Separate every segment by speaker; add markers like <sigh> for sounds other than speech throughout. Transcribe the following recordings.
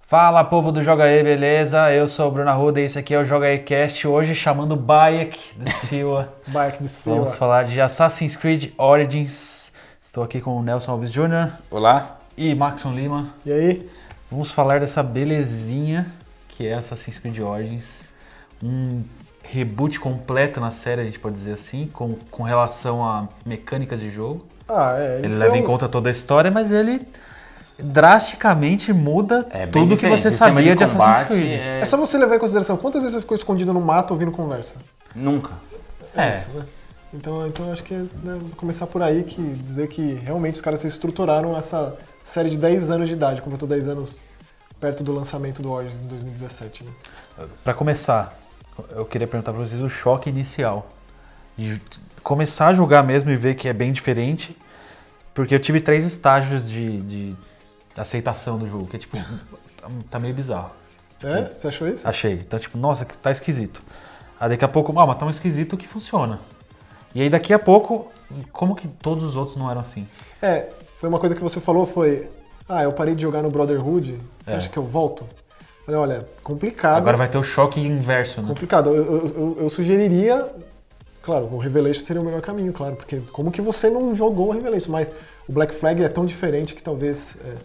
Speaker 1: Fala povo do Joga E, beleza? Eu sou o Bruno Arruda e esse aqui é o Joga E Cast, hoje chamando Bayek de Silva.
Speaker 2: Bark de Silva.
Speaker 1: Vamos falar de Assassin's Creed Origins. Estou aqui com o Nelson Alves Jr.
Speaker 3: Olá,
Speaker 1: e Maxon Lima.
Speaker 2: E aí?
Speaker 1: Vamos falar dessa belezinha que é Assassin's Creed Origins. Um reboot completo na série, a gente pode dizer assim, com, com relação a mecânicas de jogo.
Speaker 2: Ah, é.
Speaker 1: Ele
Speaker 2: foi
Speaker 1: leva em
Speaker 2: um-
Speaker 1: conta toda a história, mas ele drasticamente muda
Speaker 3: É bem
Speaker 1: tudo que
Speaker 3: diferente.
Speaker 1: você
Speaker 3: O sistema
Speaker 1: sabia de,
Speaker 3: de
Speaker 1: Assassin's
Speaker 3: combate
Speaker 1: Creed.
Speaker 3: é-
Speaker 2: É só você levar em consideração quantas vezes você ficou escondido no mato ouvindo conversa.
Speaker 3: nunca.
Speaker 1: É.
Speaker 2: Isso, né? Então, então acho que é né, começar por aí que dizer que realmente os caras se estruturaram essa série de 10 anos de idade. Completou 10 anos perto do lançamento do Origins em 2017. Né?
Speaker 1: Pra começar, eu queria perguntar pra vocês o choque inicial. De ju- começar a jogar mesmo e ver que é bem diferente. Porque eu tive três estágios de, de aceitação do jogo, que é tipo. tá- Tá meio bizarro.
Speaker 2: É? Você achou isso?
Speaker 1: Achei. Então, tipo, nossa, que tá esquisito. Aí daqui a pouco, ah, mas tão esquisito que funciona. E aí daqui a pouco, como que todos os outros não eram assim?
Speaker 2: É, foi uma coisa que você falou, foi... Ah, eu parei de jogar no Brotherhood, você
Speaker 1: É.
Speaker 2: acha que eu volto? Falei, olha, complicado.
Speaker 1: Agora vai ter o choque inverso, né?
Speaker 2: Complicado. Eu, eu- eu- eu sugeriria. Claro, o Revelation seria o melhor caminho, claro, porque como que você não jogou o Revelation? Mas o Black Flag é tão diferente que talvez. É, né,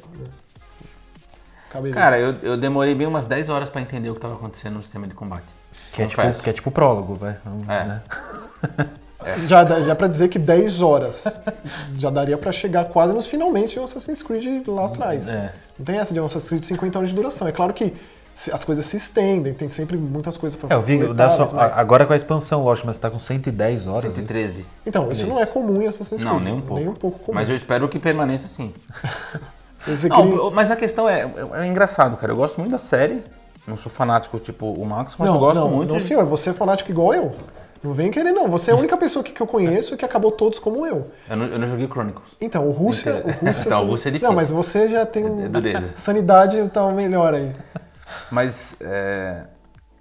Speaker 2: cabe
Speaker 3: Cara, eu, eu demorei bem umas 10 horas pra entender o que tava acontecendo no sistema de combate.
Speaker 1: Que é,
Speaker 3: Confesso.
Speaker 1: tipo, que é tipo prólogo, vai.
Speaker 3: É.
Speaker 1: Né?
Speaker 2: já, dá- já pra dizer que 10 horas já daria pra chegar quase nos finalmente do Assassin's Creed lá atrás.
Speaker 1: É.
Speaker 2: Não tem essa de um Assassin's Creed 50 horas de duração. É claro que se- as coisas se estendem, tem sempre muitas coisas pra
Speaker 1: É, eu vi,
Speaker 2: coletar,
Speaker 1: dá só-
Speaker 2: mas-
Speaker 1: agora com a expansão, lógico, mas tá com 110 horas. né?
Speaker 3: 113.
Speaker 2: Então, isso não é comum em Assassin's Creed.
Speaker 3: Não, nem um pouco.
Speaker 2: Nem um pouco comum.
Speaker 1: é?
Speaker 3: Mas eu espero que
Speaker 1: <laughs>
Speaker 3: permaneça assim.
Speaker 2: Esse aqui-
Speaker 3: Não, mas a questão é, é engraçado, cara. Eu gosto muito da série. Não sou fanático tipo o Max, mas eu gosto
Speaker 2: não,
Speaker 3: muito.
Speaker 2: Não,
Speaker 3: de-
Speaker 2: senhor, você é fanático igual eu. Não vem querer, não. Você é a única pessoa que, que eu conheço que acabou todos como eu.
Speaker 3: eu, não, eu não joguei Chronicles.
Speaker 2: Então, o Rússia. O
Speaker 3: Entendi.
Speaker 2: Rússia
Speaker 3: <laughs> Então, o Rússia é difícil.
Speaker 2: Não, mas você já tem um.
Speaker 3: É dureza.
Speaker 2: <laughs> Sanidade tá melhor aí.
Speaker 3: Mas é,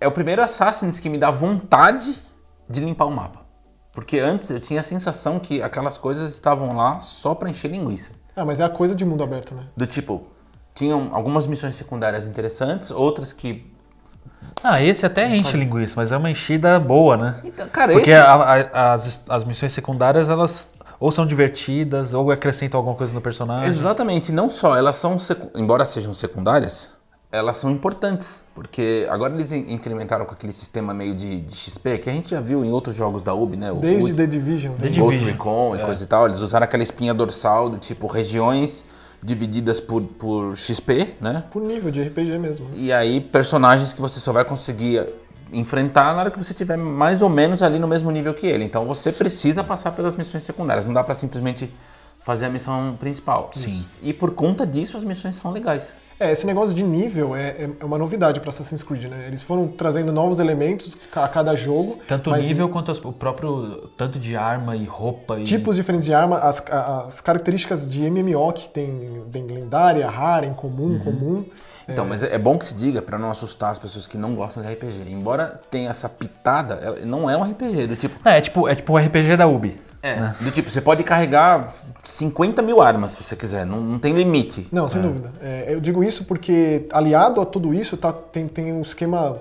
Speaker 3: é o primeiro Assassin's que me dá vontade de limpar o mapa. Porque antes eu tinha a sensação que aquelas coisas estavam lá só pra encher linguiça.
Speaker 2: Ah, mas é a coisa de mundo aberto, né?
Speaker 3: Do tipo, tinham algumas missões secundárias interessantes, outras que.
Speaker 1: Ah, esse até enche linguiça, mas é uma enchida boa, né?
Speaker 3: Então, cara,
Speaker 1: Porque
Speaker 3: esse.
Speaker 1: a- a- as, as missões secundárias, elas ou são divertidas, ou acrescentam alguma coisa no personagem.
Speaker 3: Exatamente, não só, elas são. secu- Embora sejam secundárias, elas são importantes. Porque agora eles in- incrementaram com aquele sistema meio de, de XP que a gente já viu em outros jogos da UB, né? O,
Speaker 2: Desde
Speaker 3: o-
Speaker 2: The Division. né?
Speaker 1: Desde-
Speaker 3: Ghost
Speaker 1: Division.
Speaker 3: Recon e
Speaker 1: É.
Speaker 3: coisa e tal, eles usaram aquela espinha dorsal do tipo regiões divididas por, por XP, né?
Speaker 2: Por nível de RPG mesmo. né?
Speaker 3: E aí personagens que você só vai conseguir enfrentar na hora que você estiver mais ou menos ali no mesmo nível que ele. Então você precisa passar pelas missões secundárias, não dá pra simplesmente fazer a missão principal. Sim. E por conta disso as missões são legais.
Speaker 2: É, esse negócio de nível é, é- é uma novidade pra Assassin's Creed, né? Eles foram trazendo novos elementos a cada jogo.
Speaker 1: Tanto o
Speaker 2: mas
Speaker 1: nível quanto as- o próprio tanto de arma e roupa e...
Speaker 2: Tipos diferentes de arma, as, a- as características de MMO que tem, tem lendária, rara,
Speaker 3: Uhum.
Speaker 2: incomum, comum.
Speaker 3: Então, mas é é bom que se diga pra não assustar as pessoas que não gostam de RPG. Embora tenha essa pitada, ela não é um RPG do tipo,
Speaker 1: É, é tipo, é tipo o RPG da Ubi.
Speaker 3: É. Do tipo, você pode carregar 50 mil armas se você quiser, não, não tem limite.
Speaker 2: Não, sem dúvida. É, eu digo isso porque, aliado a tudo isso, tá, tem, tem um esquema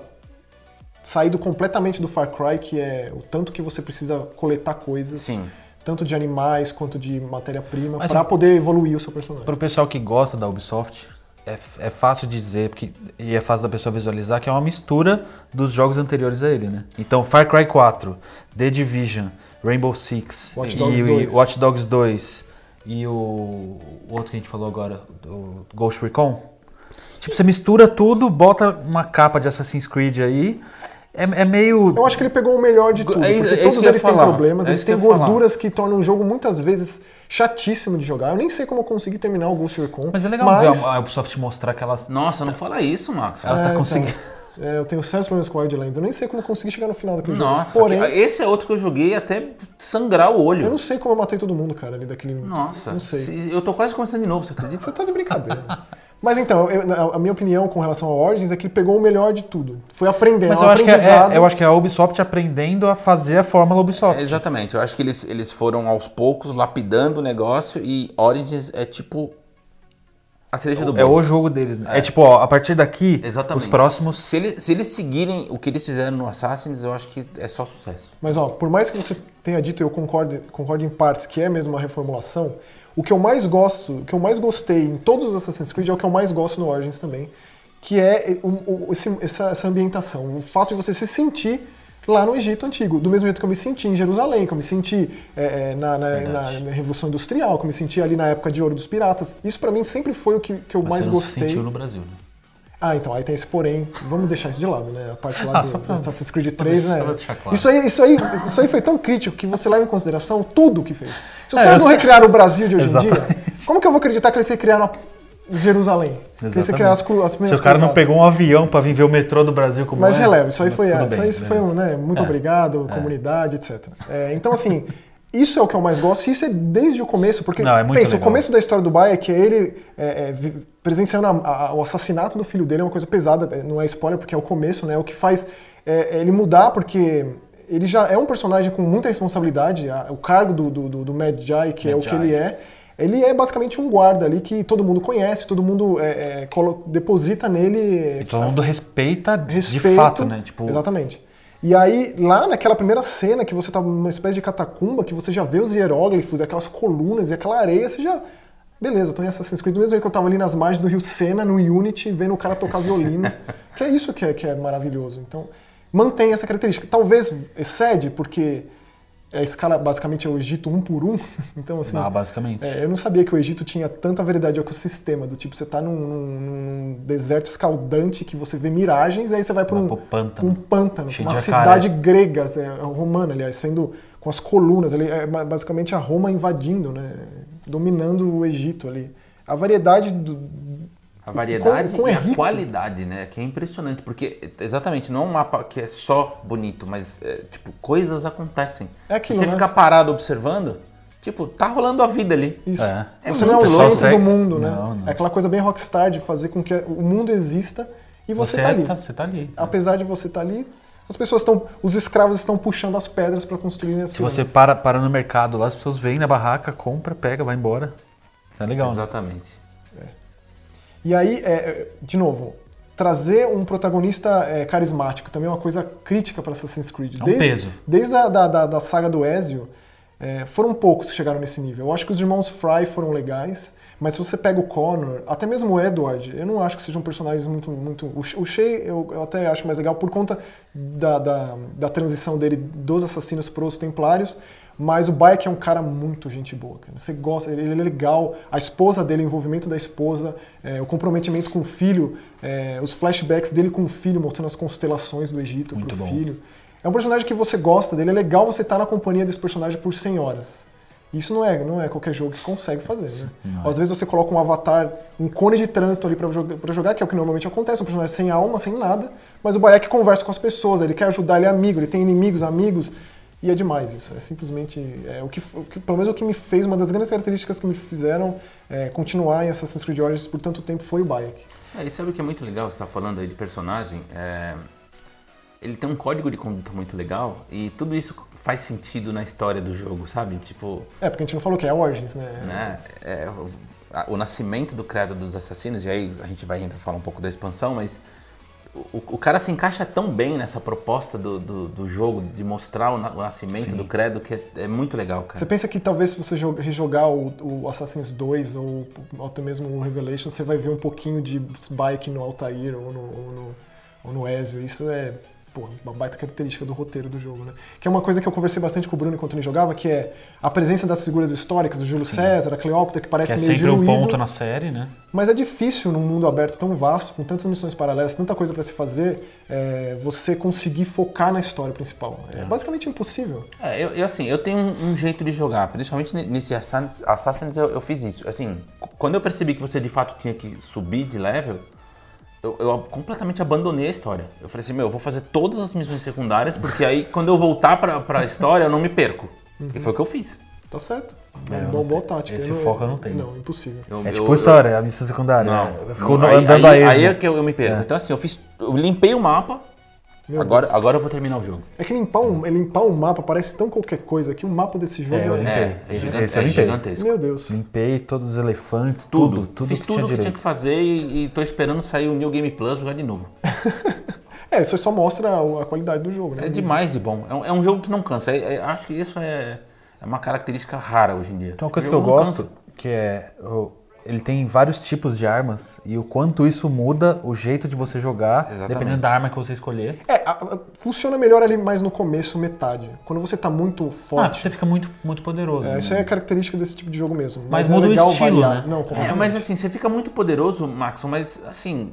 Speaker 2: saído completamente do Far Cry, que é o tanto que você precisa coletar coisas,
Speaker 3: Sim.
Speaker 2: tanto de animais quanto de matéria-prima,
Speaker 1: Mas
Speaker 2: pra
Speaker 1: eu-
Speaker 2: poder evoluir o seu personagem.
Speaker 1: Pro pessoal que gosta da Ubisoft, é, é fácil dizer, porque, e é fácil da pessoa visualizar, que é uma mistura dos jogos anteriores a ele, né? Então, Far Cry 4, The Division, Rainbow Six,
Speaker 2: Watch
Speaker 1: e,
Speaker 2: Dogs
Speaker 1: o-
Speaker 2: 2.
Speaker 1: Watch Dogs 2 e o, o outro que a gente falou agora, o Ghost Recon. Tipo, você mistura tudo, bota uma capa de Assassin's Creed aí, é, é meio...
Speaker 2: Eu acho que ele pegou o melhor de
Speaker 3: Go-
Speaker 2: tudo,
Speaker 3: é isso-
Speaker 2: porque
Speaker 3: é isso
Speaker 2: todos
Speaker 3: que eu ia
Speaker 2: eles têm
Speaker 3: falar.
Speaker 2: problemas,
Speaker 3: É
Speaker 2: eles
Speaker 3: isso que
Speaker 2: têm
Speaker 3: eu ia falar.
Speaker 2: gorduras que tornam o jogo muitas vezes chatíssimo de jogar. Eu nem sei como eu consegui terminar o Ghost Recon.
Speaker 1: Mas é legal
Speaker 2: mas...
Speaker 1: ver a- a Ubisoft mostrar que ela,
Speaker 3: Nossa, não fala isso, Max.
Speaker 1: ela tá
Speaker 2: É,
Speaker 1: conseguindo...
Speaker 2: então, é, eu tenho sérios problemas com Wildlands. Eu nem sei como eu consegui chegar no final daquele
Speaker 3: Nossa,
Speaker 2: jogo. Porém,
Speaker 3: que- esse é outro que eu joguei até sangrar o olho.
Speaker 2: eu não sei como eu matei todo mundo, cara, ali daquele.
Speaker 3: Nossa,
Speaker 2: Não sei.
Speaker 3: se- eu tô quase começando de novo, você acredita?
Speaker 2: Você tá de brincadeira. <laughs> Mas então, eu- na- a minha opinião com relação ao Origins é que ele pegou o melhor de tudo. Foi aprender,
Speaker 1: Mas
Speaker 2: é um
Speaker 1: eu acho, que é-
Speaker 2: aprendizado.
Speaker 1: é, eu acho que é a Ubisoft aprendendo a fazer a fórmula Ubisoft.
Speaker 3: É, exatamente, eu acho que eles, eles foram aos poucos lapidando o negócio e Origins é tipo a cereja do
Speaker 1: É
Speaker 3: bolo.
Speaker 1: o jogo deles, né? É, tipo, ó, a partir daqui,
Speaker 3: Exatamente.
Speaker 1: os próximos.
Speaker 3: Se eles, se eles seguirem o que eles fizeram no Assassins, eu acho que é só sucesso.
Speaker 2: Mas ó, por mais que você tenha dito, e eu concordo, concordo em partes, que é mesmo uma reformulação, o que eu mais gosto, o que eu mais gostei em todos os Assassin's Creed é o que eu mais gosto no Origins também, que é o- o- esse- essa, essa ambientação, o fato de você se sentir lá no Egito Antigo, do mesmo jeito que eu me senti em Jerusalém, que eu me senti é, é, na, na-
Speaker 3: Verdade.
Speaker 2: na Revolução Industrial, que eu me senti ali na época de Ouro dos Piratas. Isso pra mim sempre foi o que, que eu
Speaker 3: Mas
Speaker 2: mais
Speaker 3: você não se
Speaker 2: gostei.
Speaker 3: sentiu no Brasil, né?
Speaker 2: Ah, então, aí tem esse porém. Vamos deixar isso de lado, né? A parte lá
Speaker 1: Ah,
Speaker 2: do,
Speaker 1: só pra-
Speaker 2: do Assassin's Creed 3, né?
Speaker 1: só pra deixar claro.
Speaker 2: Isso aí, isso, aí, isso aí foi tão crítico que você leva em consideração tudo que fez. Se os
Speaker 1: É,
Speaker 2: caras não
Speaker 1: eu sei.
Speaker 2: recriaram o Brasil de hoje em dia,
Speaker 1: Exatamente. como
Speaker 2: como que eu vou acreditar que eles recriaram a Jerusalém? Que eles recriaram as, cru- as
Speaker 1: Se
Speaker 2: primeiras
Speaker 1: o cara não
Speaker 2: cruzadas?
Speaker 1: pegou um avião pra vir ver o metrô do Brasil como
Speaker 2: Mas
Speaker 1: é,
Speaker 2: releva, isso aí
Speaker 1: tudo
Speaker 2: foi,
Speaker 1: bem,
Speaker 2: isso aí
Speaker 1: beleza.
Speaker 2: foi um, né? Muito
Speaker 1: É.
Speaker 2: obrigado, comunidade, etc. É, então, assim, isso é o que eu mais gosto, e isso é desde o começo, porque
Speaker 1: Não, é muito
Speaker 2: pensa, o
Speaker 1: legal.
Speaker 2: começo da história do Baia é que ele é, é, vi- presenciando a- a- o assassinato do filho dele é uma coisa pesada, é, não é spoiler, porque é o começo, né? O que faz é, é ele mudar, porque. Ele já é um personagem com muita responsabilidade. a- o cargo do, do, do, do Mad Jai, que é o que
Speaker 1: Jai.
Speaker 2: ele é, ele é basicamente um guarda ali que todo mundo conhece, todo mundo é, é, colo- deposita nele
Speaker 1: E Então, todo mundo respeita
Speaker 2: respeito.
Speaker 1: de fato, né? Tipo,
Speaker 2: Exatamente. E aí, lá naquela primeira cena que você tá numa espécie de catacumba, que você já vê os hieróglifos, e aquelas colunas e aquela areia, você já. Beleza, eu tô em Assassin's Creed, do mesmo jeito que eu tava ali nas margens do Rio Sena, no Unity, vendo o cara tocar violino.
Speaker 1: <laughs>
Speaker 2: que é isso que é, que é maravilhoso. Então, mantém essa característica. Talvez excede, porque a escala basicamente é o Egito um por um. <laughs> Então, assim.
Speaker 1: ah, basicamente.
Speaker 2: É, eu não sabia que o Egito tinha tanta variedade de ecossistema, do tipo, você tá num, num- num deserto escaldante que você vê miragens, e aí você vai para
Speaker 1: Vai
Speaker 2: um,
Speaker 1: pro pântano.
Speaker 2: um pântano,
Speaker 1: Cheio
Speaker 2: uma
Speaker 1: de jacaré.
Speaker 2: cidade grega, é, romana, aliás, sendo com as colunas, ali, é ba- basicamente a Roma invadindo, né, dominando o Egito ali. A variedade do,
Speaker 3: A variedade
Speaker 2: quão é
Speaker 3: e a
Speaker 2: rico.
Speaker 3: qualidade, né? Que é impressionante, porque exatamente, não é um mapa que é só bonito, mas é, tipo, coisas acontecem.
Speaker 2: É aquilo,
Speaker 3: Se você
Speaker 2: né?
Speaker 3: ficar parado observando, tipo, tá rolando a vida ali.
Speaker 2: Isso.
Speaker 1: É.
Speaker 3: É
Speaker 2: você não é o
Speaker 3: muito
Speaker 2: centro
Speaker 3: louco.
Speaker 2: do mundo, né?
Speaker 1: Não, não.
Speaker 2: É aquela coisa bem rockstar de fazer com que o mundo exista e você, tá
Speaker 1: é-
Speaker 2: ali.
Speaker 1: você tá ali.
Speaker 2: apesar de você estar ali, as pessoas estão, os escravos estão puxando as pedras para construírem as
Speaker 1: Se você
Speaker 2: pirâmides.
Speaker 1: para, para no mercado lá, as pessoas vêm na barraca, compra, pega, vai embora. É legal, né?
Speaker 3: Exatamente.
Speaker 2: E aí, é, é, de novo, trazer um protagonista é, carismático também é uma coisa crítica para Assassin's Creed.
Speaker 1: É um
Speaker 2: desde,
Speaker 1: peso.
Speaker 2: Desde a da, da, da saga do Ezio, é, foram poucos que chegaram nesse nível. Eu acho que os irmãos Fry foram legais, mas se você pega o Connor, até mesmo o Edward, eu não acho que sejam personagens muito... muito... O, Sh- o Shay eu, eu até acho mais legal por conta da, da, da transição dele dos assassinos para os templários, mas o Bayek é um cara muito gente boa, cara. Você gosta, ele, ele é legal, a esposa dele, o envolvimento da esposa, é, o comprometimento com o filho, é, os flashbacks dele com o filho, mostrando as constelações do Egito
Speaker 1: Muito
Speaker 2: pro
Speaker 1: bom.
Speaker 2: filho. É um personagem que você gosta dele, é legal você estar na companhia desse personagem por 100 horas. Isso não é, não é qualquer jogo que consegue fazer, né? Às vezes você coloca um avatar, um cone de trânsito ali pra jogar, pra jogar, que é o que normalmente acontece, um personagem sem alma, sem nada, mas o Bayek conversa com as pessoas, ele quer ajudar, ele é amigo, ele tem inimigos, amigos, e é demais isso. É simplesmente é, o, que, o que- pelo menos o que me fez, uma das grandes características que me fizeram é, continuar em Assassin's Creed Origins por tanto tempo foi o Bayek.
Speaker 3: É, e sabe o que é muito legal? Você tá falando aí de personagem. é, Ele tem um código de conduta muito legal e tudo isso faz sentido na história do jogo, sabe? Tipo,
Speaker 2: É, porque a gente não falou que é Origins, né?
Speaker 3: né? É, o, a- o nascimento do criador dos assassinos, e aí a gente vai ainda falar um pouco da expansão, mas o, o cara se encaixa tão bem nessa proposta do, do, do jogo, de mostrar o, na- o nascimento do credo, que é, é muito legal,
Speaker 1: Tá.
Speaker 3: cara.
Speaker 2: Você pensa que talvez se você jo- rejogar o, o Assassin's 2 ou, ou até mesmo o Revelation, você vai ver um pouquinho de Spike no Altair ou no, ou no, ou no Ezio. Isso é pô, uma baita característica do roteiro do jogo, né? Que é uma coisa que eu conversei bastante com o Bruno enquanto ele jogava, que é a presença das figuras históricas, do Júlio César, a Cleópatra, que
Speaker 1: Que
Speaker 2: parece
Speaker 1: é
Speaker 2: meio
Speaker 1: sempre um
Speaker 2: diluído.
Speaker 1: ponto na série, né?
Speaker 2: Mas é difícil num mundo aberto tão vasto, com tantas missões paralelas, tanta coisa pra se fazer, é, você conseguir focar na história principal. É basicamente impossível.
Speaker 3: É, eu, eu, assim, eu tenho um, um jeito de jogar, principalmente ne- nesse Assassin's, Assassin's eu, eu fiz isso. Assim, c- quando eu percebi que você de fato tinha que subir de level, eu, eu completamente abandonei a história. Eu falei assim, meu, eu vou fazer todas as missões secundárias, porque aí quando eu voltar pra, pra história eu não me perco.
Speaker 1: Uhum.
Speaker 3: E foi o que eu fiz.
Speaker 2: Tá certo.
Speaker 1: É,
Speaker 2: É,
Speaker 1: eu
Speaker 2: uma
Speaker 1: não
Speaker 2: boa
Speaker 1: tenho.
Speaker 2: tática.
Speaker 1: Esse foco eu não tenho.
Speaker 2: Não, impossível.
Speaker 3: Eu-
Speaker 1: É
Speaker 3: eu-
Speaker 1: tipo
Speaker 3: eu-
Speaker 1: história, a missão secundária.
Speaker 3: Não,
Speaker 1: né? Ficou
Speaker 3: não,
Speaker 1: andando É.
Speaker 3: aí, é
Speaker 1: a
Speaker 3: aí,
Speaker 1: esmo.
Speaker 3: aí é que eu, eu me perco. Então assim, eu fiz, eu limpei o mapa
Speaker 2: Meu
Speaker 3: Agora,
Speaker 2: Deus.
Speaker 3: agora eu vou terminar o jogo.
Speaker 2: É que limpar um, limpar um mapa parece tão qualquer coisa que o mapa desse jogo
Speaker 1: É, eu
Speaker 2: é.
Speaker 1: limpei.
Speaker 3: É, é,
Speaker 1: Esse
Speaker 3: gigan-
Speaker 1: eu
Speaker 3: é
Speaker 1: limpei.
Speaker 3: gigantesco.
Speaker 2: Meu Deus.
Speaker 1: Limpei todos os elefantes, tudo,
Speaker 3: Tudo,
Speaker 1: tudo,
Speaker 3: Fiz
Speaker 1: que
Speaker 3: tudo
Speaker 1: tinha
Speaker 3: que tinha
Speaker 1: direito.
Speaker 3: que fazer e, e tô esperando sair o New Game Plus jogar de novo.
Speaker 2: É, isso só mostra a a qualidade do jogo, né?
Speaker 3: É demais de bom. É um, é um jogo que não cansa. É- é- acho que isso é, é uma característica rara hoje em dia.
Speaker 1: Então, uma coisa
Speaker 3: O
Speaker 1: que eu
Speaker 3: jogo não cansa.
Speaker 1: gosto, que é. o- ele tem vários tipos de armas e o quanto isso muda o jeito de você jogar,
Speaker 3: Exatamente.
Speaker 1: dependendo da arma que você escolher.
Speaker 2: É, a- a- funciona melhor ali mais no começo, metade. Quando você tá muito
Speaker 1: Ah,
Speaker 2: forte.
Speaker 1: você fica muito, muito poderoso. né?
Speaker 2: É, isso é característica desse tipo de jogo mesmo.
Speaker 1: Mas
Speaker 2: Mas, é
Speaker 1: muda o
Speaker 2: legal
Speaker 1: estilo,
Speaker 2: variar.
Speaker 1: né?
Speaker 2: Não,
Speaker 3: É,
Speaker 2: completamente.
Speaker 3: mas assim, você fica muito poderoso, Maxon, mas assim.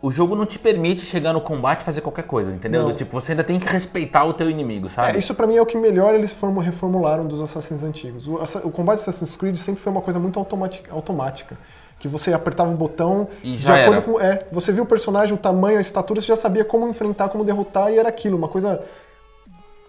Speaker 3: O jogo não te permite chegar no combate e fazer qualquer coisa, entendeu?
Speaker 2: Não.
Speaker 3: Do tipo, você ainda tem que respeitar o teu inimigo, sabe?
Speaker 2: É, isso pra mim é o que melhor eles formu- reformularam dos Assassins antigos. O, assa- o combate de Assassin's Creed sempre foi uma coisa muito automati- automática. Que você apertava o botão
Speaker 3: E
Speaker 2: de
Speaker 3: já
Speaker 2: acordo
Speaker 3: era.
Speaker 2: com. É, você viu o personagem, o tamanho, a estatura, você já sabia como enfrentar, como derrotar, e era aquilo, uma coisa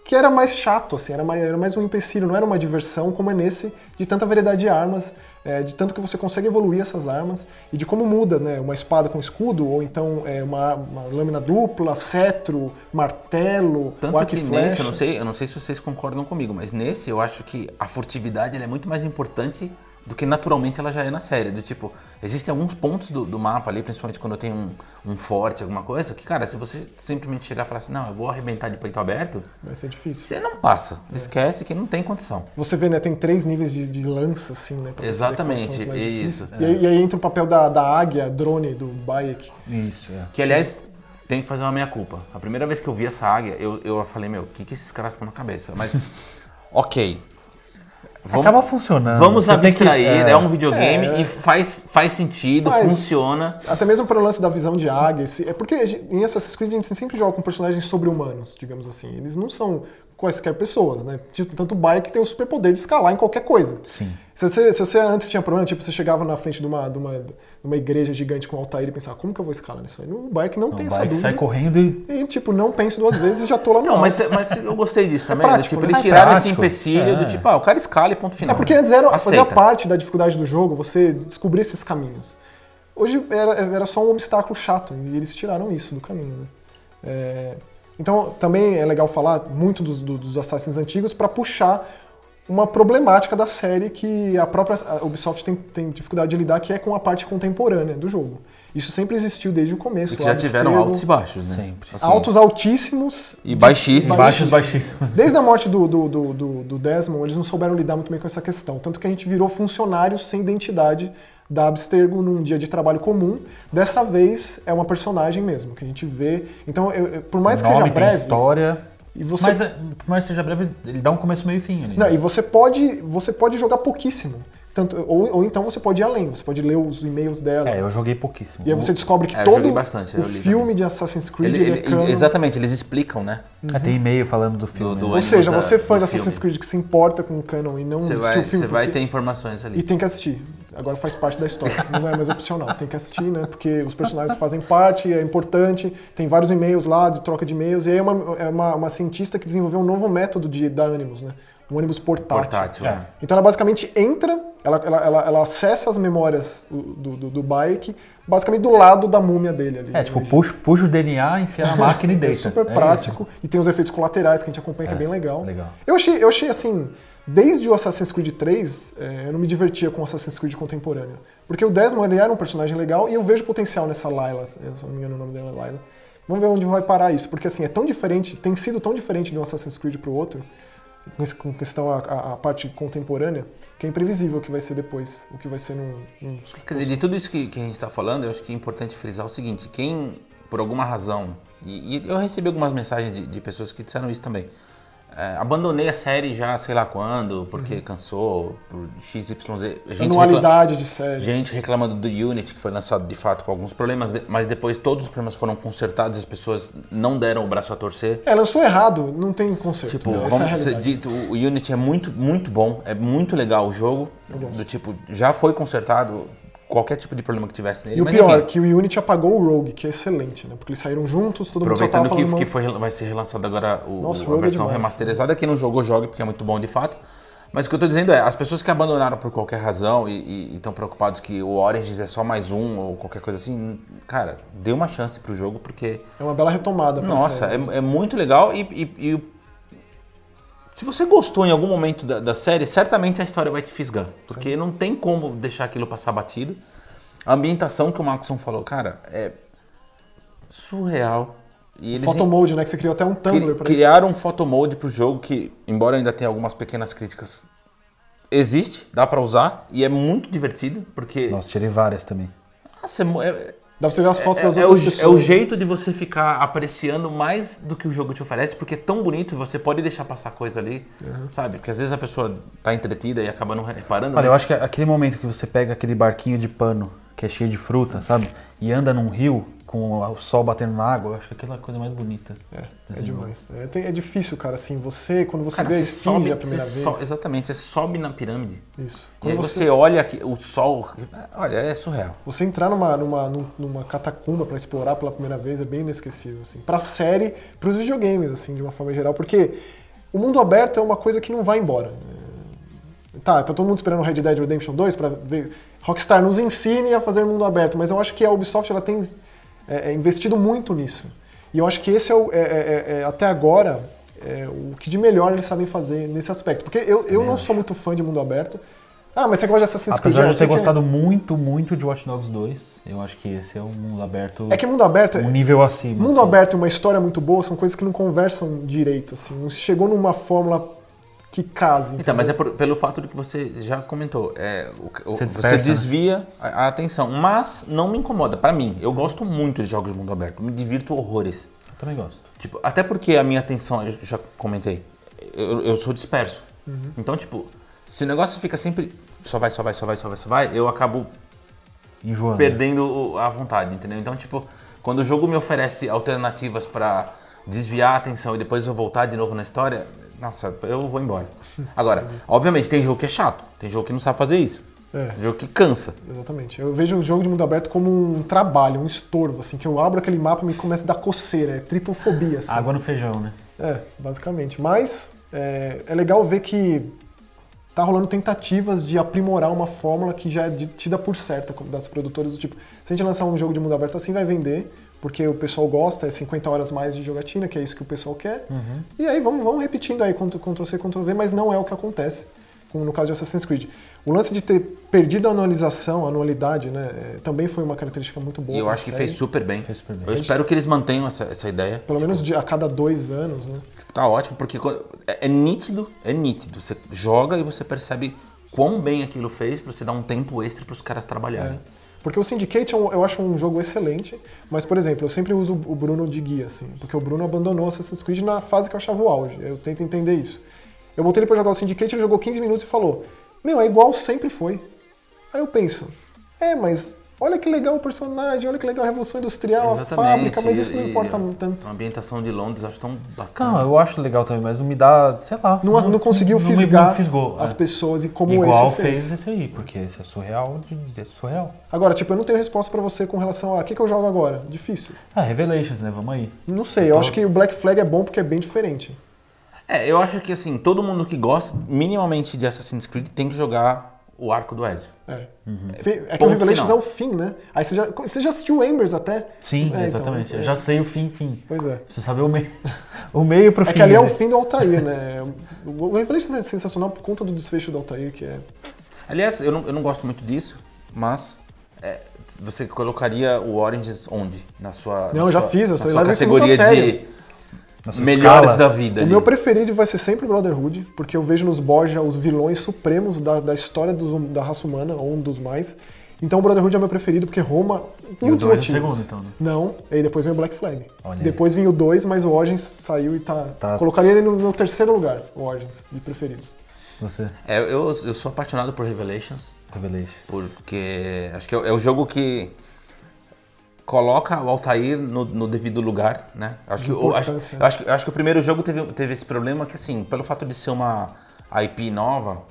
Speaker 2: que era mais chato, assim, era mais, era mais um empecilho, não era uma diversão como é nesse, de tanta variedade de armas, é, de tanto que você consegue evoluir essas armas, e de como muda, né, uma espada com escudo, ou então é, uma, uma lâmina dupla, cetro, martelo, o
Speaker 3: Tanto
Speaker 2: arco
Speaker 3: que
Speaker 2: e
Speaker 3: nesse,
Speaker 2: flecha.
Speaker 3: eu não, sei, eu não sei se vocês concordam comigo, mas nesse eu acho que a furtividade ela é muito mais importante do que naturalmente ela já é na série. Do tipo, existem alguns pontos do, do mapa ali, principalmente quando tem um, um forte, alguma coisa, que, cara, se você simplesmente chegar e falar assim, não, eu vou arrebentar de peito aberto,
Speaker 2: Vai ser difícil.
Speaker 3: você não passa. Esquece que não tem condição.
Speaker 2: É. Você vê, né? Tem três níveis de, de lança, assim, né? pra você ver
Speaker 3: Exatamente, é
Speaker 2: quais são os mais difíceis.
Speaker 3: isso,
Speaker 2: E, aí- e aí entra o papel da, da águia, drone, do Bayek.
Speaker 1: Isso, é.
Speaker 3: Que, aliás, tem que fazer uma meia-culpa. A primeira vez que eu vi essa águia, eu, eu falei, meu, o que, que esses caras estão na cabeça? Mas, <laughs> ok. Vamos-
Speaker 1: Acaba
Speaker 2: Ah,
Speaker 1: funcionando.
Speaker 3: Vamos
Speaker 1: Você tem que-
Speaker 3: abstrair,
Speaker 1: é.
Speaker 3: é um videogame e faz, faz sentido,
Speaker 2: Faz.
Speaker 3: funciona.
Speaker 2: Até mesmo para o lance da visão de águia. esse- é porque a gen- em Assassin's Creed a gente sempre joga com personagens sobre-humanos, digamos assim. Eles não são quaisquer pessoas, né? Tipo, tanto o Bayek tem o superpoder de escalar em qualquer coisa.
Speaker 1: Sim.
Speaker 2: Se você, se você antes tinha problema, tipo, você chegava na frente de uma, de uma, de uma igreja gigante com um altar e pensava, como que eu vou escalar nisso aí? O Bayek não, tem
Speaker 1: O
Speaker 2: essa
Speaker 1: bike
Speaker 2: dúvida.
Speaker 1: sai correndo e.
Speaker 2: E, tipo, não penso duas vezes e já tô lá no
Speaker 3: Não,
Speaker 2: alto.
Speaker 3: mas, mas eu gostei disso também.
Speaker 2: prático,
Speaker 3: tipo,
Speaker 2: né?
Speaker 3: eles
Speaker 1: É
Speaker 3: tiraram esse
Speaker 1: prático.
Speaker 3: empecilho do
Speaker 1: É.
Speaker 3: tipo, ah, o cara escala e ponto
Speaker 2: É
Speaker 3: final.
Speaker 2: porque antes era, fazia
Speaker 3: Aceita.
Speaker 2: parte da dificuldade do jogo você descobrir esses caminhos. Hoje era, era só um obstáculo chato e eles tiraram isso do caminho. né? É, então também é legal falar muito dos, do- dos Assassins antigos para puxar uma problemática da série que a própria a Ubisoft tem, tem dificuldade de lidar, que é com a parte contemporânea do jogo. Isso sempre existiu desde o começo.
Speaker 3: E É que já tiveram
Speaker 2: abstergo,
Speaker 3: altos e baixos, né?
Speaker 1: Sempre.
Speaker 3: Assim,
Speaker 2: altos altíssimos
Speaker 3: E baixíssimos.
Speaker 1: Baixos, baixíssimos.
Speaker 2: <laughs> Desde a morte do, do, do, do- do Desmond, eles não souberam lidar muito bem com essa questão. Tanto que a gente virou funcionário sem identidade da Abstergo num dia de trabalho comum. Dessa vez é uma personagem mesmo, que a gente vê. Então, eu- eu- por mais que
Speaker 1: Nome, tem
Speaker 2: seja breve.
Speaker 1: história.
Speaker 2: E você,
Speaker 1: Mas, é, por mais que seja breve, ele dá um começo, meio e fim ali.
Speaker 2: não, e você pode, você pode jogar pouquíssimo. Tanto, ou, ou então você pode ir além, você pode ler os e-mails dela.
Speaker 1: É, eu joguei pouquíssimo.
Speaker 2: E aí você descobre que
Speaker 3: É, eu
Speaker 2: todo
Speaker 3: joguei bastante,
Speaker 2: o
Speaker 3: eu li
Speaker 2: filme
Speaker 3: também.
Speaker 2: de Assassin's Creed
Speaker 3: Ele-
Speaker 2: ele
Speaker 3: ele-
Speaker 2: é canon.
Speaker 3: exatamente, eles explicam, né?
Speaker 1: Ah, Tem e-mail falando do filme.
Speaker 3: do
Speaker 1: né?
Speaker 2: Ou seja,
Speaker 3: da-
Speaker 2: você fã
Speaker 3: do
Speaker 2: de Assassin's
Speaker 3: filme.
Speaker 2: Creed que se importa com o canon e não
Speaker 3: Você
Speaker 2: assistiu
Speaker 3: vai,
Speaker 2: o filme
Speaker 3: você vai
Speaker 2: porque-
Speaker 3: ter informações
Speaker 2: E
Speaker 3: ali.
Speaker 2: tem que assistir. Agora faz parte da história. Não é mais opcional. Tem que assistir, né? Porque os personagens fazem parte, é importante. Tem vários e-mails lá de troca de e-mails. E aí é uma, é uma, uma cientista que desenvolveu um novo método de, da Animus, né? Um ânimos portátil.
Speaker 3: Portátil. né?
Speaker 1: É.
Speaker 2: Então ela basicamente entra, ela, ela, ela, ela acessa as memórias do, do, do Bayek, basicamente do lado da múmia dele ali.
Speaker 1: É,
Speaker 2: né?
Speaker 1: tipo, puxa, puxa o DNA, enfia
Speaker 2: <laughs>
Speaker 1: na máquina e
Speaker 2: É
Speaker 1: deita.
Speaker 2: super
Speaker 1: isso.
Speaker 2: prático e tem os efeitos colaterais que a gente acompanha, que é
Speaker 1: É,
Speaker 2: bem legal.
Speaker 1: legal.
Speaker 2: Eu achei, eu achei assim, desde o Assassin's Creed 3, eh, eu não me divertia com o Assassin's Creed contemporâneo. Porque o Desmond ele era um personagem legal e eu vejo potencial nessa Layla, se eu não me engano o nome dela é Layla. Vamos ver onde vai parar isso, porque assim, é tão diferente, tem sido tão diferente de um Assassin's Creed pro outro, com esse- com questão à- à à parte contemporânea, que é imprevisível o que vai ser depois, o que vai ser num. num-
Speaker 3: Quer dizer, de tudo isso que, que a gente está falando, eu acho que é importante frisar o seguinte: quem, por alguma razão, e, e eu recebi algumas mensagens de, de pessoas que disseram isso também. é, abandonei a série já sei lá quando, porque cansou, por XYZ. Gente, recla-
Speaker 2: anualidade de série.
Speaker 3: gente reclamando do Unity, que foi lançado de fato com alguns problemas, de- mas depois todos os problemas foram consertados, as pessoas não deram o braço a torcer.
Speaker 2: É, lançou errado, não tem conserto.
Speaker 3: Tipo,
Speaker 2: Essa é a
Speaker 3: vamos ser
Speaker 2: realidade.
Speaker 3: dito, o Unity é muito, muito bom, é muito legal o jogo. Do tipo, já foi consertado qualquer tipo de problema que tivesse nele.
Speaker 2: E o
Speaker 3: mas
Speaker 2: pior,
Speaker 3: enfim,
Speaker 2: que o Unity apagou o Rogue, que é excelente, né? Porque eles saíram juntos, todo mundo só tava
Speaker 3: aproveitando
Speaker 2: falando...
Speaker 3: que,
Speaker 2: mal.
Speaker 3: que foi, vai ser relançado agora o,
Speaker 2: Nossa, o
Speaker 3: a
Speaker 2: jogo é
Speaker 3: versão
Speaker 2: demais.
Speaker 3: remasterizada. Quem não jogou, joga, porque é muito bom de fato. Mas o que eu tô dizendo é, as pessoas que abandonaram por qualquer razão e estão preocupados que o Origins é só mais um ou qualquer coisa assim, cara, dê uma chance pro jogo porque,
Speaker 2: É uma bela retomada. pra
Speaker 3: nossa,
Speaker 2: série.
Speaker 3: é, é muito legal e, e- e o- se você gostou em algum momento da, da série, certamente a história vai te fisgar, porque não tem como deixar aquilo passar batido. A ambientação que o Maxon falou, cara, é surreal. E eles
Speaker 2: Photomode, né? Que você criou até um Tumblr
Speaker 3: Cri-
Speaker 2: pra isso.
Speaker 3: criaram um photomode pro jogo que, embora ainda tenha algumas pequenas críticas, existe, dá pra usar e é muito divertido, porque
Speaker 1: Nossa, tirei várias também.
Speaker 3: nossa, é, mo- é-
Speaker 2: Dá pra você ver as fotos das
Speaker 3: é- é o,
Speaker 2: outras
Speaker 3: je-
Speaker 2: pessoas.
Speaker 3: é o jeito de você ficar apreciando mais do que o jogo te oferece, porque é tão bonito e você pode deixar passar coisa ali, sabe? Porque às vezes a pessoa tá entretida e acaba não reparando.
Speaker 1: Olha, eu
Speaker 3: mas-
Speaker 1: acho que aquele momento que você pega aquele barquinho de pano que é cheio de fruta, sabe? E anda num rio com o sol batendo na água, eu acho que aquela é a coisa mais bonita.
Speaker 2: É demais. É, tem- é difícil, cara, assim, você, quando você
Speaker 3: Cara,
Speaker 2: vê a
Speaker 3: você
Speaker 2: Sfinge
Speaker 3: sobe,
Speaker 2: a primeira
Speaker 3: você
Speaker 2: vez.
Speaker 3: so- exatamente, você sobe na pirâmide.
Speaker 2: Isso.
Speaker 3: E aí
Speaker 2: Quando
Speaker 3: você,
Speaker 2: você,
Speaker 3: olha aqui, o sol, olha, é surreal.
Speaker 2: você entrar numa, numa, num- numa catacumba pra explorar pela primeira vez é bem inesquecível, assim. Pra série, pros videogames, assim, de uma forma geral, porque o mundo aberto é uma coisa que não vai embora. É, Tá, tá todo mundo esperando Red Dead Redemption 2 pra ver. Rockstar nos ensine a fazer mundo aberto, mas eu acho que a Ubisoft ela tem é, é, investido muito nisso. E eu acho que esse é, o, é- é- é- até agora é, o que de melhor eles sabem fazer nesse aspecto. Porque eu, eu não sou muito fã de mundo aberto. Ah, mas você gosta de Assassin's Creed?
Speaker 1: Apesar de
Speaker 2: Ah,
Speaker 1: eu ter
Speaker 2: sei que-
Speaker 1: gostado muito, muito de Watch Dogs 2, eu acho que esse é um mundo aberto,
Speaker 2: É que mundo aberto,
Speaker 1: um nível acima.
Speaker 2: mundo
Speaker 1: assim.
Speaker 2: aberto e uma história muito boa são coisas que não conversam direito, assim. Não se chegou numa fórmula que case.
Speaker 3: Então, mas é
Speaker 2: entendeu?
Speaker 3: por- pelo fato de que você já comentou, é, o- o-
Speaker 1: Você
Speaker 3: você,
Speaker 1: dispersa, né?
Speaker 3: desvia a, a atenção, mas não me incomoda. Pra mim, eu gosto muito de jogos de mundo aberto, me divirto horrores.
Speaker 1: Eu também gosto.
Speaker 3: Tipo, até porque a minha atenção, eu já comentei, eu, eu sou disperso.
Speaker 1: Uhum.
Speaker 3: Então, tipo, se o negócio fica sempre só vai, só vai, só vai, só vai, só vai, eu acabo
Speaker 1: Enjoando.
Speaker 3: perdendo o- a vontade, entendeu? Então, tipo, quando o jogo me oferece alternativas pra desviar a atenção e depois eu voltar de novo na história, nossa, eu
Speaker 1: <laughs>
Speaker 3: vou embora. Agora, obviamente, tem jogo que é chato, tem jogo que não sabe fazer isso,
Speaker 2: É.
Speaker 3: tem jogo que cansa.
Speaker 2: Exatamente. Eu vejo o jogo de mundo aberto como um trabalho, um estorvo, assim, que eu abro aquele mapa e me começa a dar coceira, é tripofobia, assim.
Speaker 1: Água no feijão, né?
Speaker 2: É, basicamente. Mas é, é legal ver que tá rolando tentativas de aprimorar uma fórmula que já é de- tida por certa como das produtoras do tipo, se a gente lançar um jogo de mundo aberto assim, vai vender, porque o pessoal gosta, é 50 horas mais de jogatina, que é isso que o pessoal quer.
Speaker 3: Uhum.
Speaker 2: E aí vamos, vamos repetindo aí Ctrl Ctrl C, Ctrl V, mas não é o que acontece, como no caso de Assassin's Creed. O lance de ter perdido a anualização, a anualidade, né, é, também foi uma característica muito boa.
Speaker 3: E eu
Speaker 2: da
Speaker 3: acho que
Speaker 2: série.
Speaker 3: fez super bem.
Speaker 1: Fez super bem. É
Speaker 3: Eu espero que eles mantenham essa, essa ideia.
Speaker 2: Pelo menos de- a cada dois anos, né?
Speaker 3: Tá ótimo, porque quando- é, é nítido, é nítido. Você joga e você percebe quão bem aquilo fez pra você dar um tempo extra pros caras trabalharem.
Speaker 2: Porque o Syndicate é um- eu acho um jogo excelente, mas, por exemplo, eu sempre uso o Bruno de guia, assim, porque o Bruno abandonou Assassin's Creed na fase que eu achava o auge. Eu tento entender isso. Eu botei ele pra jogar o Syndicate, ele jogou 15 minutos e falou: Meu, é igual sempre foi. Aí eu penso: É, mas olha que legal o personagem, olha que legal a Revolução Industrial, a É fábrica, mas
Speaker 3: e-
Speaker 2: isso não
Speaker 3: e
Speaker 2: importa
Speaker 3: a-
Speaker 2: tanto.
Speaker 3: A ambientação de Londres acho tão bacana.
Speaker 1: Não, eu acho legal também, mas não me dá, sei lá.
Speaker 2: Não, não conseguiu
Speaker 1: não me-
Speaker 2: fisgar
Speaker 1: não fisgou,
Speaker 2: as
Speaker 1: é.
Speaker 2: pessoas e como
Speaker 1: Igual
Speaker 2: esse
Speaker 1: fez esse aí, porque esse é surreal, de- é surreal.
Speaker 2: Agora, tipo, eu não tenho resposta pra você com relação a o que, que eu jogo agora. Difícil.
Speaker 1: Ah, Revelations, né? Vamos aí.
Speaker 2: Não sei, eu acho que o Black Flag é bom porque é bem diferente.
Speaker 3: É, eu acho que assim, todo mundo que gosta minimamente de Assassin's Creed tem que jogar o Arco do Ezio.
Speaker 2: É.
Speaker 1: Uhum.
Speaker 2: Fe- É que
Speaker 3: Ponto
Speaker 2: o Revelations
Speaker 3: final.
Speaker 2: é o fim, né? Aí você já, você já assistiu o Embers até? É,
Speaker 1: Sim,
Speaker 2: então,
Speaker 1: exatamente.
Speaker 2: é.
Speaker 1: eu já sei o fim, fim.
Speaker 2: Pois é.
Speaker 1: Preciso saber o meio. <laughs> o meio pro
Speaker 2: É
Speaker 1: fim.
Speaker 2: que ali é
Speaker 1: né?
Speaker 2: o fim do Altair, né? <laughs> O o Revelations é sensacional por conta do desfecho do Altair, que é.
Speaker 3: Aliás, eu não, eu não gosto muito disso, mas é, você colocaria o Oranges onde? Na sua.
Speaker 2: Não,
Speaker 3: na
Speaker 2: eu já
Speaker 3: sua-
Speaker 2: fiz, eu
Speaker 3: na
Speaker 2: sei,
Speaker 3: sua
Speaker 2: leva isso muito a
Speaker 3: categoria de
Speaker 2: tá sério.
Speaker 1: Nossa
Speaker 3: melhores
Speaker 1: escala.
Speaker 3: da vida.
Speaker 2: O
Speaker 3: ali.
Speaker 2: meu preferido vai ser sempre Brotherhood, porque eu vejo nos Borja os vilões supremos da, da história dos hum- da raça humana, ou um dos mais. Então o Brotherhood é meu preferido, porque Roma.
Speaker 1: E o
Speaker 2: muitos
Speaker 1: dois é o
Speaker 2: motivos.
Speaker 1: segundo, então, né?
Speaker 2: Não, e aí depois vem o Black Flag.
Speaker 1: Olha aí.
Speaker 2: depois vem o 2, mas o Origins saiu e tá.
Speaker 1: Tá.
Speaker 2: Colocaria ele no meu terceiro lugar, o Origins, de preferidos.
Speaker 1: Você,
Speaker 3: É, eu, eu sou apaixonado por Revelations,
Speaker 1: Revelations.
Speaker 3: porque acho que é, o- é o jogo que coloca o Altair no, no devido lugar, né? Acho que, eu, acho,
Speaker 2: Importância.
Speaker 3: eu acho que, eu acho que o primeiro jogo teve, teve esse problema que, assim, pelo fato de ser uma IP nova,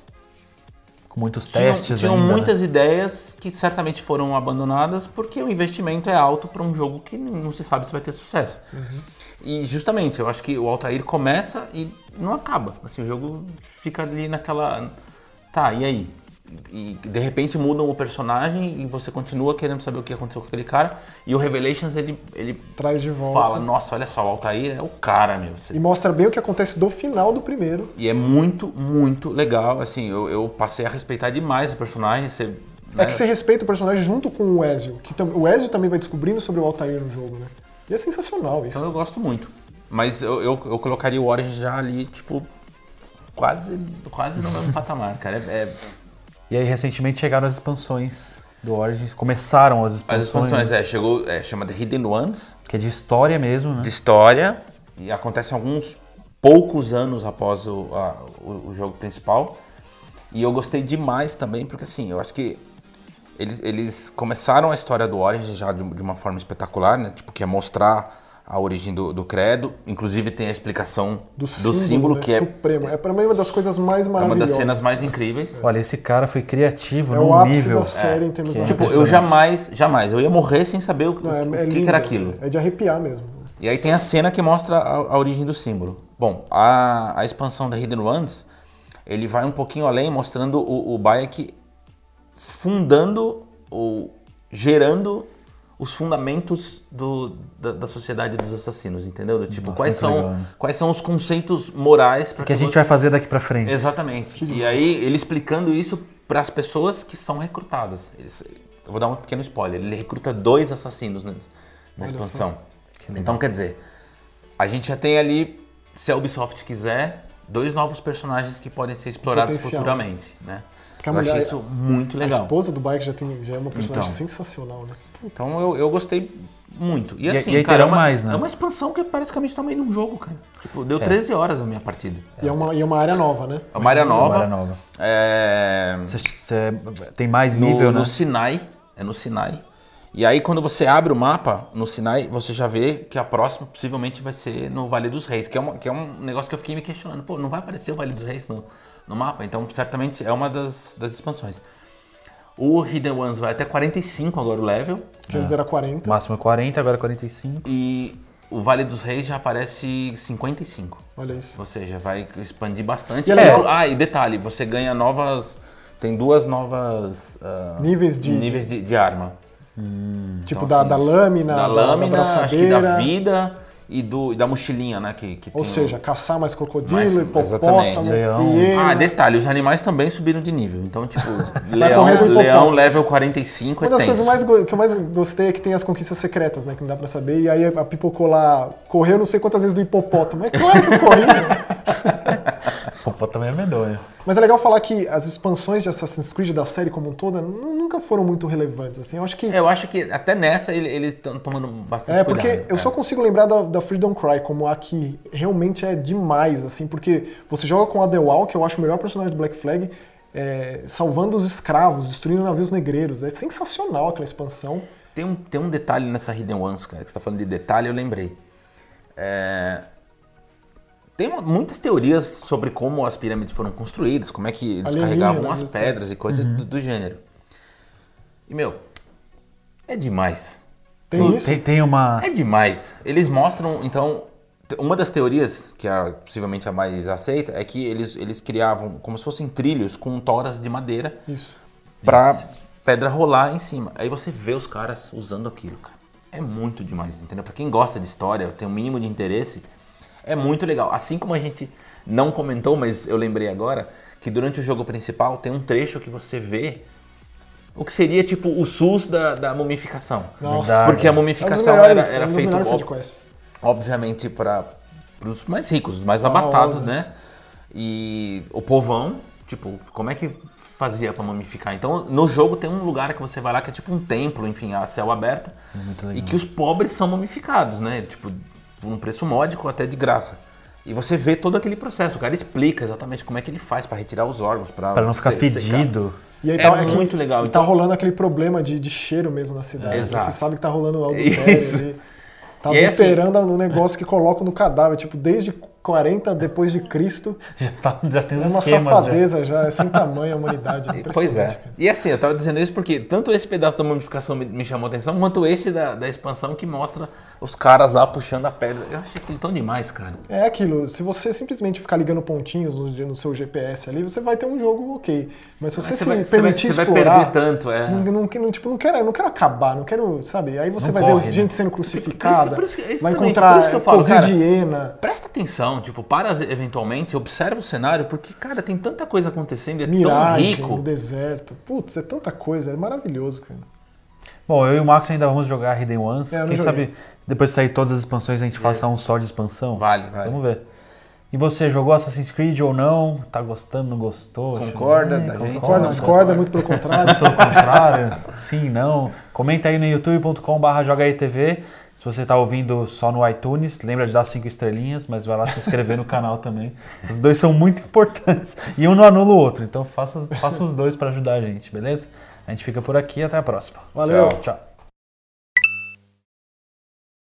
Speaker 1: com muitos
Speaker 3: Tinham,
Speaker 1: testes
Speaker 3: tinham
Speaker 1: ainda, né?
Speaker 3: muitas ideias que certamente foram abandonadas porque o investimento é alto para um jogo que não se sabe se vai ter sucesso.
Speaker 2: Uhum.
Speaker 3: E justamente, eu acho que o Altair começa e não acaba. Assim, o jogo fica ali naquela. Tá, e aí? E de repente mudam o personagem e você continua querendo saber o que aconteceu com aquele cara. E o Revelations ele, ele
Speaker 2: Traz de volta.
Speaker 3: fala: Nossa, olha só, o Altair é o cara, meu. Você
Speaker 2: E mostra bem o que acontece do final do primeiro.
Speaker 3: e é muito, muito legal. Assim, eu, eu passei a respeitar demais o personagem. Você,
Speaker 2: É
Speaker 3: né?
Speaker 2: que você respeita o personagem junto com o Ezio. Que tam- O Ezio também vai descobrindo sobre o Altair no jogo, né? E é sensacional isso.
Speaker 3: Então eu gosto muito. Mas eu, eu, eu colocaria o Origin já ali, tipo, quase, quase no mesmo patamar, cara. É- é-
Speaker 1: E aí recentemente chegaram as expansões do Origins, começaram as expansões,
Speaker 3: as expansões,
Speaker 1: né?
Speaker 3: é, chegou, é, chama The Hidden Ones,
Speaker 1: que é de história mesmo, né?
Speaker 3: de história, e acontece alguns poucos anos após o, a- o, o jogo principal. E eu gostei demais também, porque assim, eu acho que eles, eles começaram a história do Origin já de, de uma forma espetacular, né? Tipo, que é mostrar a origem do, do credo. Inclusive tem a explicação do, símbolo,
Speaker 2: né?
Speaker 3: que é,
Speaker 2: Supremo. É pra mim uma das coisas mais
Speaker 3: é uma
Speaker 2: maravilhosas.
Speaker 3: das cenas mais incríveis.
Speaker 1: Olha, esse cara foi criativo
Speaker 2: É o
Speaker 1: num
Speaker 2: ápice
Speaker 1: nível.
Speaker 2: da série em termos
Speaker 1: que é
Speaker 2: narrativos.
Speaker 3: Tipo, eu jamais, jamais, eu ia morrer sem saber o, o-
Speaker 2: Não, é-
Speaker 3: o
Speaker 2: é
Speaker 3: que, que
Speaker 2: lindo,
Speaker 3: era aquilo.
Speaker 2: É de arrepiar mesmo.
Speaker 3: E aí tem a cena que mostra a, a origem do símbolo. Bom, a, a expansão da Hidden Ones, ele vai um pouquinho além, mostrando o, o Bayek fundando ou gerando os fundamentos do- da, da sociedade dos assassinos, entendeu? Do tipo,
Speaker 1: Nossa,
Speaker 3: quais
Speaker 1: muito
Speaker 3: são,
Speaker 1: legal, né?
Speaker 3: quais são os conceitos morais para
Speaker 1: Que a gente vai fazer daqui pra frente.
Speaker 3: Exatamente. E aí, ele explicando isso para as pessoas que são recrutadas. Eles- eu vou dar um pequeno spoiler. Ele recruta dois assassinos na, na expansão. Então, quer dizer, a gente já tem ali, se a Ubisoft quiser, dois novos personagens que podem ser explorados
Speaker 2: Potencial.
Speaker 3: futuramente, né?
Speaker 2: Porque a
Speaker 3: Eu achei
Speaker 2: mulher-
Speaker 3: isso muito
Speaker 2: A
Speaker 3: legal.
Speaker 2: esposa do Bike já, tem, já é uma personagem
Speaker 3: Então.
Speaker 2: sensacional, né?
Speaker 3: Então, eu, eu gostei muito. E
Speaker 1: aí
Speaker 3: assim,
Speaker 1: terão
Speaker 3: cara, é uma,
Speaker 1: mais, né? É.
Speaker 3: é uma expansão que é praticamente também num jogo, cara. Tipo, deu 13 horas a minha partida.
Speaker 2: E, é uma, e é uma área nova, né?
Speaker 3: É uma área nova.
Speaker 1: Área nova.
Speaker 3: É...
Speaker 1: Você- você tem mais
Speaker 3: no,
Speaker 1: nível,
Speaker 3: no
Speaker 1: né?
Speaker 3: Sinai. É no Sinai. E aí, quando você abre o mapa no Sinai, você já vê que a próxima possivelmente vai ser no Vale dos Reis, que é, uma- que é um negócio que eu fiquei me questionando. Pô, não vai aparecer o Vale dos Reis no, no mapa? Então, certamente é uma das, das expansões. O Hidden Ones vai até 45 agora o level.
Speaker 2: Que antes era 40.
Speaker 1: Máximo é 40, agora é 45.
Speaker 3: E o Vale dos Reis já aparece 55.
Speaker 2: Olha isso.
Speaker 3: Ou seja, vai expandir bastante.
Speaker 2: E é
Speaker 3: É,
Speaker 2: legal-
Speaker 3: Ah, e detalhe, você ganha novas. Tem duas novas. ah,
Speaker 2: Níveis de-
Speaker 3: Níveis de, de arma.
Speaker 2: tipo,
Speaker 3: Então,
Speaker 2: da,
Speaker 3: assim,
Speaker 2: da lâmina,
Speaker 3: Da
Speaker 2: da,
Speaker 3: lâmina,
Speaker 2: da
Speaker 3: acho que da
Speaker 2: braçadeira.
Speaker 3: vida e, do, e da mochilinha, né? Que, que
Speaker 2: Ou
Speaker 3: tem o-
Speaker 2: seja, caçar mais crocodilo,
Speaker 3: Mais-
Speaker 2: hipopótamo,
Speaker 3: exatamente.
Speaker 1: Leão.
Speaker 2: hiena.
Speaker 3: Ah, detalhe, os animais também subiram de nível. Então,
Speaker 2: <laughs>
Speaker 3: tipo, leão,
Speaker 2: correndo o hipopótamo.
Speaker 3: leão level 45
Speaker 2: Uma
Speaker 3: é
Speaker 2: das
Speaker 3: tenso.
Speaker 2: coisas mais go- que eu mais gostei é que tem as conquistas secretas, né? Que não dá pra saber. E aí a pipocou lá, correu não sei quantas vezes do hipopótamo. É claro que eu corri. né?
Speaker 1: Opa, também é medonha.
Speaker 2: Mas é legal falar que as expansões de Assassin's Creed da série como um toda nu- nunca foram muito relevantes, assim. Eu acho que... É,
Speaker 3: Eu acho que até nessa ele- eles estão tomando bastante
Speaker 2: porque
Speaker 3: cuidado.
Speaker 2: eu só consigo lembrar da, da Freedom Cry como a que realmente é demais, assim. Porque você joga com a The Wall, que eu acho o melhor personagem do Black Flag, é, salvando os escravos, destruindo navios negreiros. É sensacional aquela expansão.
Speaker 3: Tem um, tem um detalhe nessa Hidden Ones, cara, que você tá falando de detalhe, eu lembrei. É, Tem uma- muitas teorias sobre como as pirâmides foram construídas, como é que eles
Speaker 2: Alienígenas,
Speaker 3: carregavam as
Speaker 2: etc. Uhum.
Speaker 3: pedras e coisas do, do gênero. E, meu, é demais.
Speaker 2: Tem isso?
Speaker 1: Tem, tem uma.
Speaker 3: É demais. Eles mostram, então, te- uma das teorias, que é possivelmente a mais aceita, é que eles, eles criavam como se fossem trilhos com toras de madeira
Speaker 2: Isso.
Speaker 3: pra pedra rolar em cima. Aí você vê os caras usando aquilo, cara. É muito demais, entendeu? Pra quem gosta de história, tem o mínimo de interesse, é muito legal. Assim como a gente não comentou, mas eu lembrei agora, que durante o jogo principal tem um trecho que você vê o que seria tipo o SUS da, da mumificação.
Speaker 2: Nossa.
Speaker 3: Porque
Speaker 2: É
Speaker 3: a
Speaker 2: um dos
Speaker 3: mumificação
Speaker 2: melhores,
Speaker 3: era, era
Speaker 2: um dos
Speaker 3: feita,
Speaker 2: melhores
Speaker 3: ob-
Speaker 2: sidequests.
Speaker 3: obviamente, para os mais ricos, os mais abastados, né? E o povão, tipo, como é que fazia pra mumificar? Então, no jogo tem um lugar que você vai lá que é tipo um templo, enfim, a céu aberto,
Speaker 1: É muito legal.
Speaker 3: e que os pobres são mumificados, né? Tipo, por um preço módico, até de graça. E você vê todo aquele processo, o cara explica exatamente como é que ele faz pra retirar os órgãos, pra
Speaker 1: Pra não ficar
Speaker 3: se- secar.
Speaker 1: fedido. <laughs>
Speaker 2: E aí
Speaker 3: É
Speaker 2: tá,
Speaker 3: muito
Speaker 2: que-
Speaker 3: legal,
Speaker 2: e
Speaker 3: então-
Speaker 2: tá rolando aquele problema de, de cheiro mesmo na cidade.
Speaker 3: Exato.
Speaker 2: Você sabe que tá rolando algo
Speaker 3: Isso.
Speaker 2: sério ali. Tá
Speaker 3: <laughs> E aí, assim-
Speaker 2: adulterando um negócio que colocam no cadáver, tipo, desde 40 depois de Cristo.
Speaker 1: Já, tá- já tem os
Speaker 2: É uma
Speaker 1: esquemas. já.
Speaker 2: safadeza já, é sem tamanho a humanidade.
Speaker 3: <laughs> Pois
Speaker 2: impressionante.
Speaker 3: é. E assim, eu tava dizendo isso porque tanto esse pedaço da modificação me, me chamou atenção, quanto esse da, da expansão que mostra os caras lá puxando a pedra. Eu achei aquilo tão demais, cara.
Speaker 2: É aquilo, se você simplesmente ficar ligando pontinhos no, no seu GPS ali, você vai ter um jogo ok. Mas se você
Speaker 3: Mas
Speaker 2: se
Speaker 3: você vai- você vai-
Speaker 2: permitir
Speaker 3: você vai
Speaker 2: explorar...
Speaker 3: perder tanto, é.
Speaker 2: Não, não, não- tipo, não quero, não quero acabar, não quero, sabe? Aí você
Speaker 1: Não
Speaker 2: vai
Speaker 1: corre,
Speaker 2: ver
Speaker 1: né?
Speaker 2: gente sendo crucificada,
Speaker 3: por isso que-
Speaker 2: vai
Speaker 3: exatamente,
Speaker 2: encontrar
Speaker 3: por isso que eu falo,
Speaker 2: Covid
Speaker 3: cara.
Speaker 2: hiena,
Speaker 3: Presta atenção, tipo, para eventualmente, observa o cenário, porque, cara, tem tanta coisa acontecendo, é
Speaker 2: miragem,
Speaker 3: tão
Speaker 2: no
Speaker 3: rico.
Speaker 2: deserto. Putz, é tanta coisa, é maravilhoso, cara.
Speaker 1: Bom, eu e o Max ainda vamos jogar Hidden Ones.
Speaker 2: É, eu não
Speaker 1: Quem
Speaker 2: joguei.
Speaker 1: sabe depois de sair todas as expansões a gente faça um só de expansão?
Speaker 3: É. Vale, vale.
Speaker 1: Vamos ver. E você, jogou Assassin's Creed ou não? Tá gostando, não gostou?
Speaker 3: Concorda
Speaker 1: Deixa
Speaker 3: da
Speaker 1: eu ver.
Speaker 3: gente?
Speaker 2: Discorda,
Speaker 3: não,
Speaker 2: discorda,
Speaker 3: concordo.
Speaker 2: muito pelo contrário.
Speaker 3: <laughs>
Speaker 1: Pelo contrário, <laughs> sim, não. Comenta aí no youtube.com.br jogaetv. Se você tá ouvindo só no iTunes, lembra de dar cinco estrelinhas, mas vai lá se inscrever no canal também. Os dois são muito importantes. E um não anula o outro. Então faça, faça os dois para ajudar a gente, beleza? A gente fica por aqui até a próxima.
Speaker 2: Valeu.
Speaker 1: Tchau.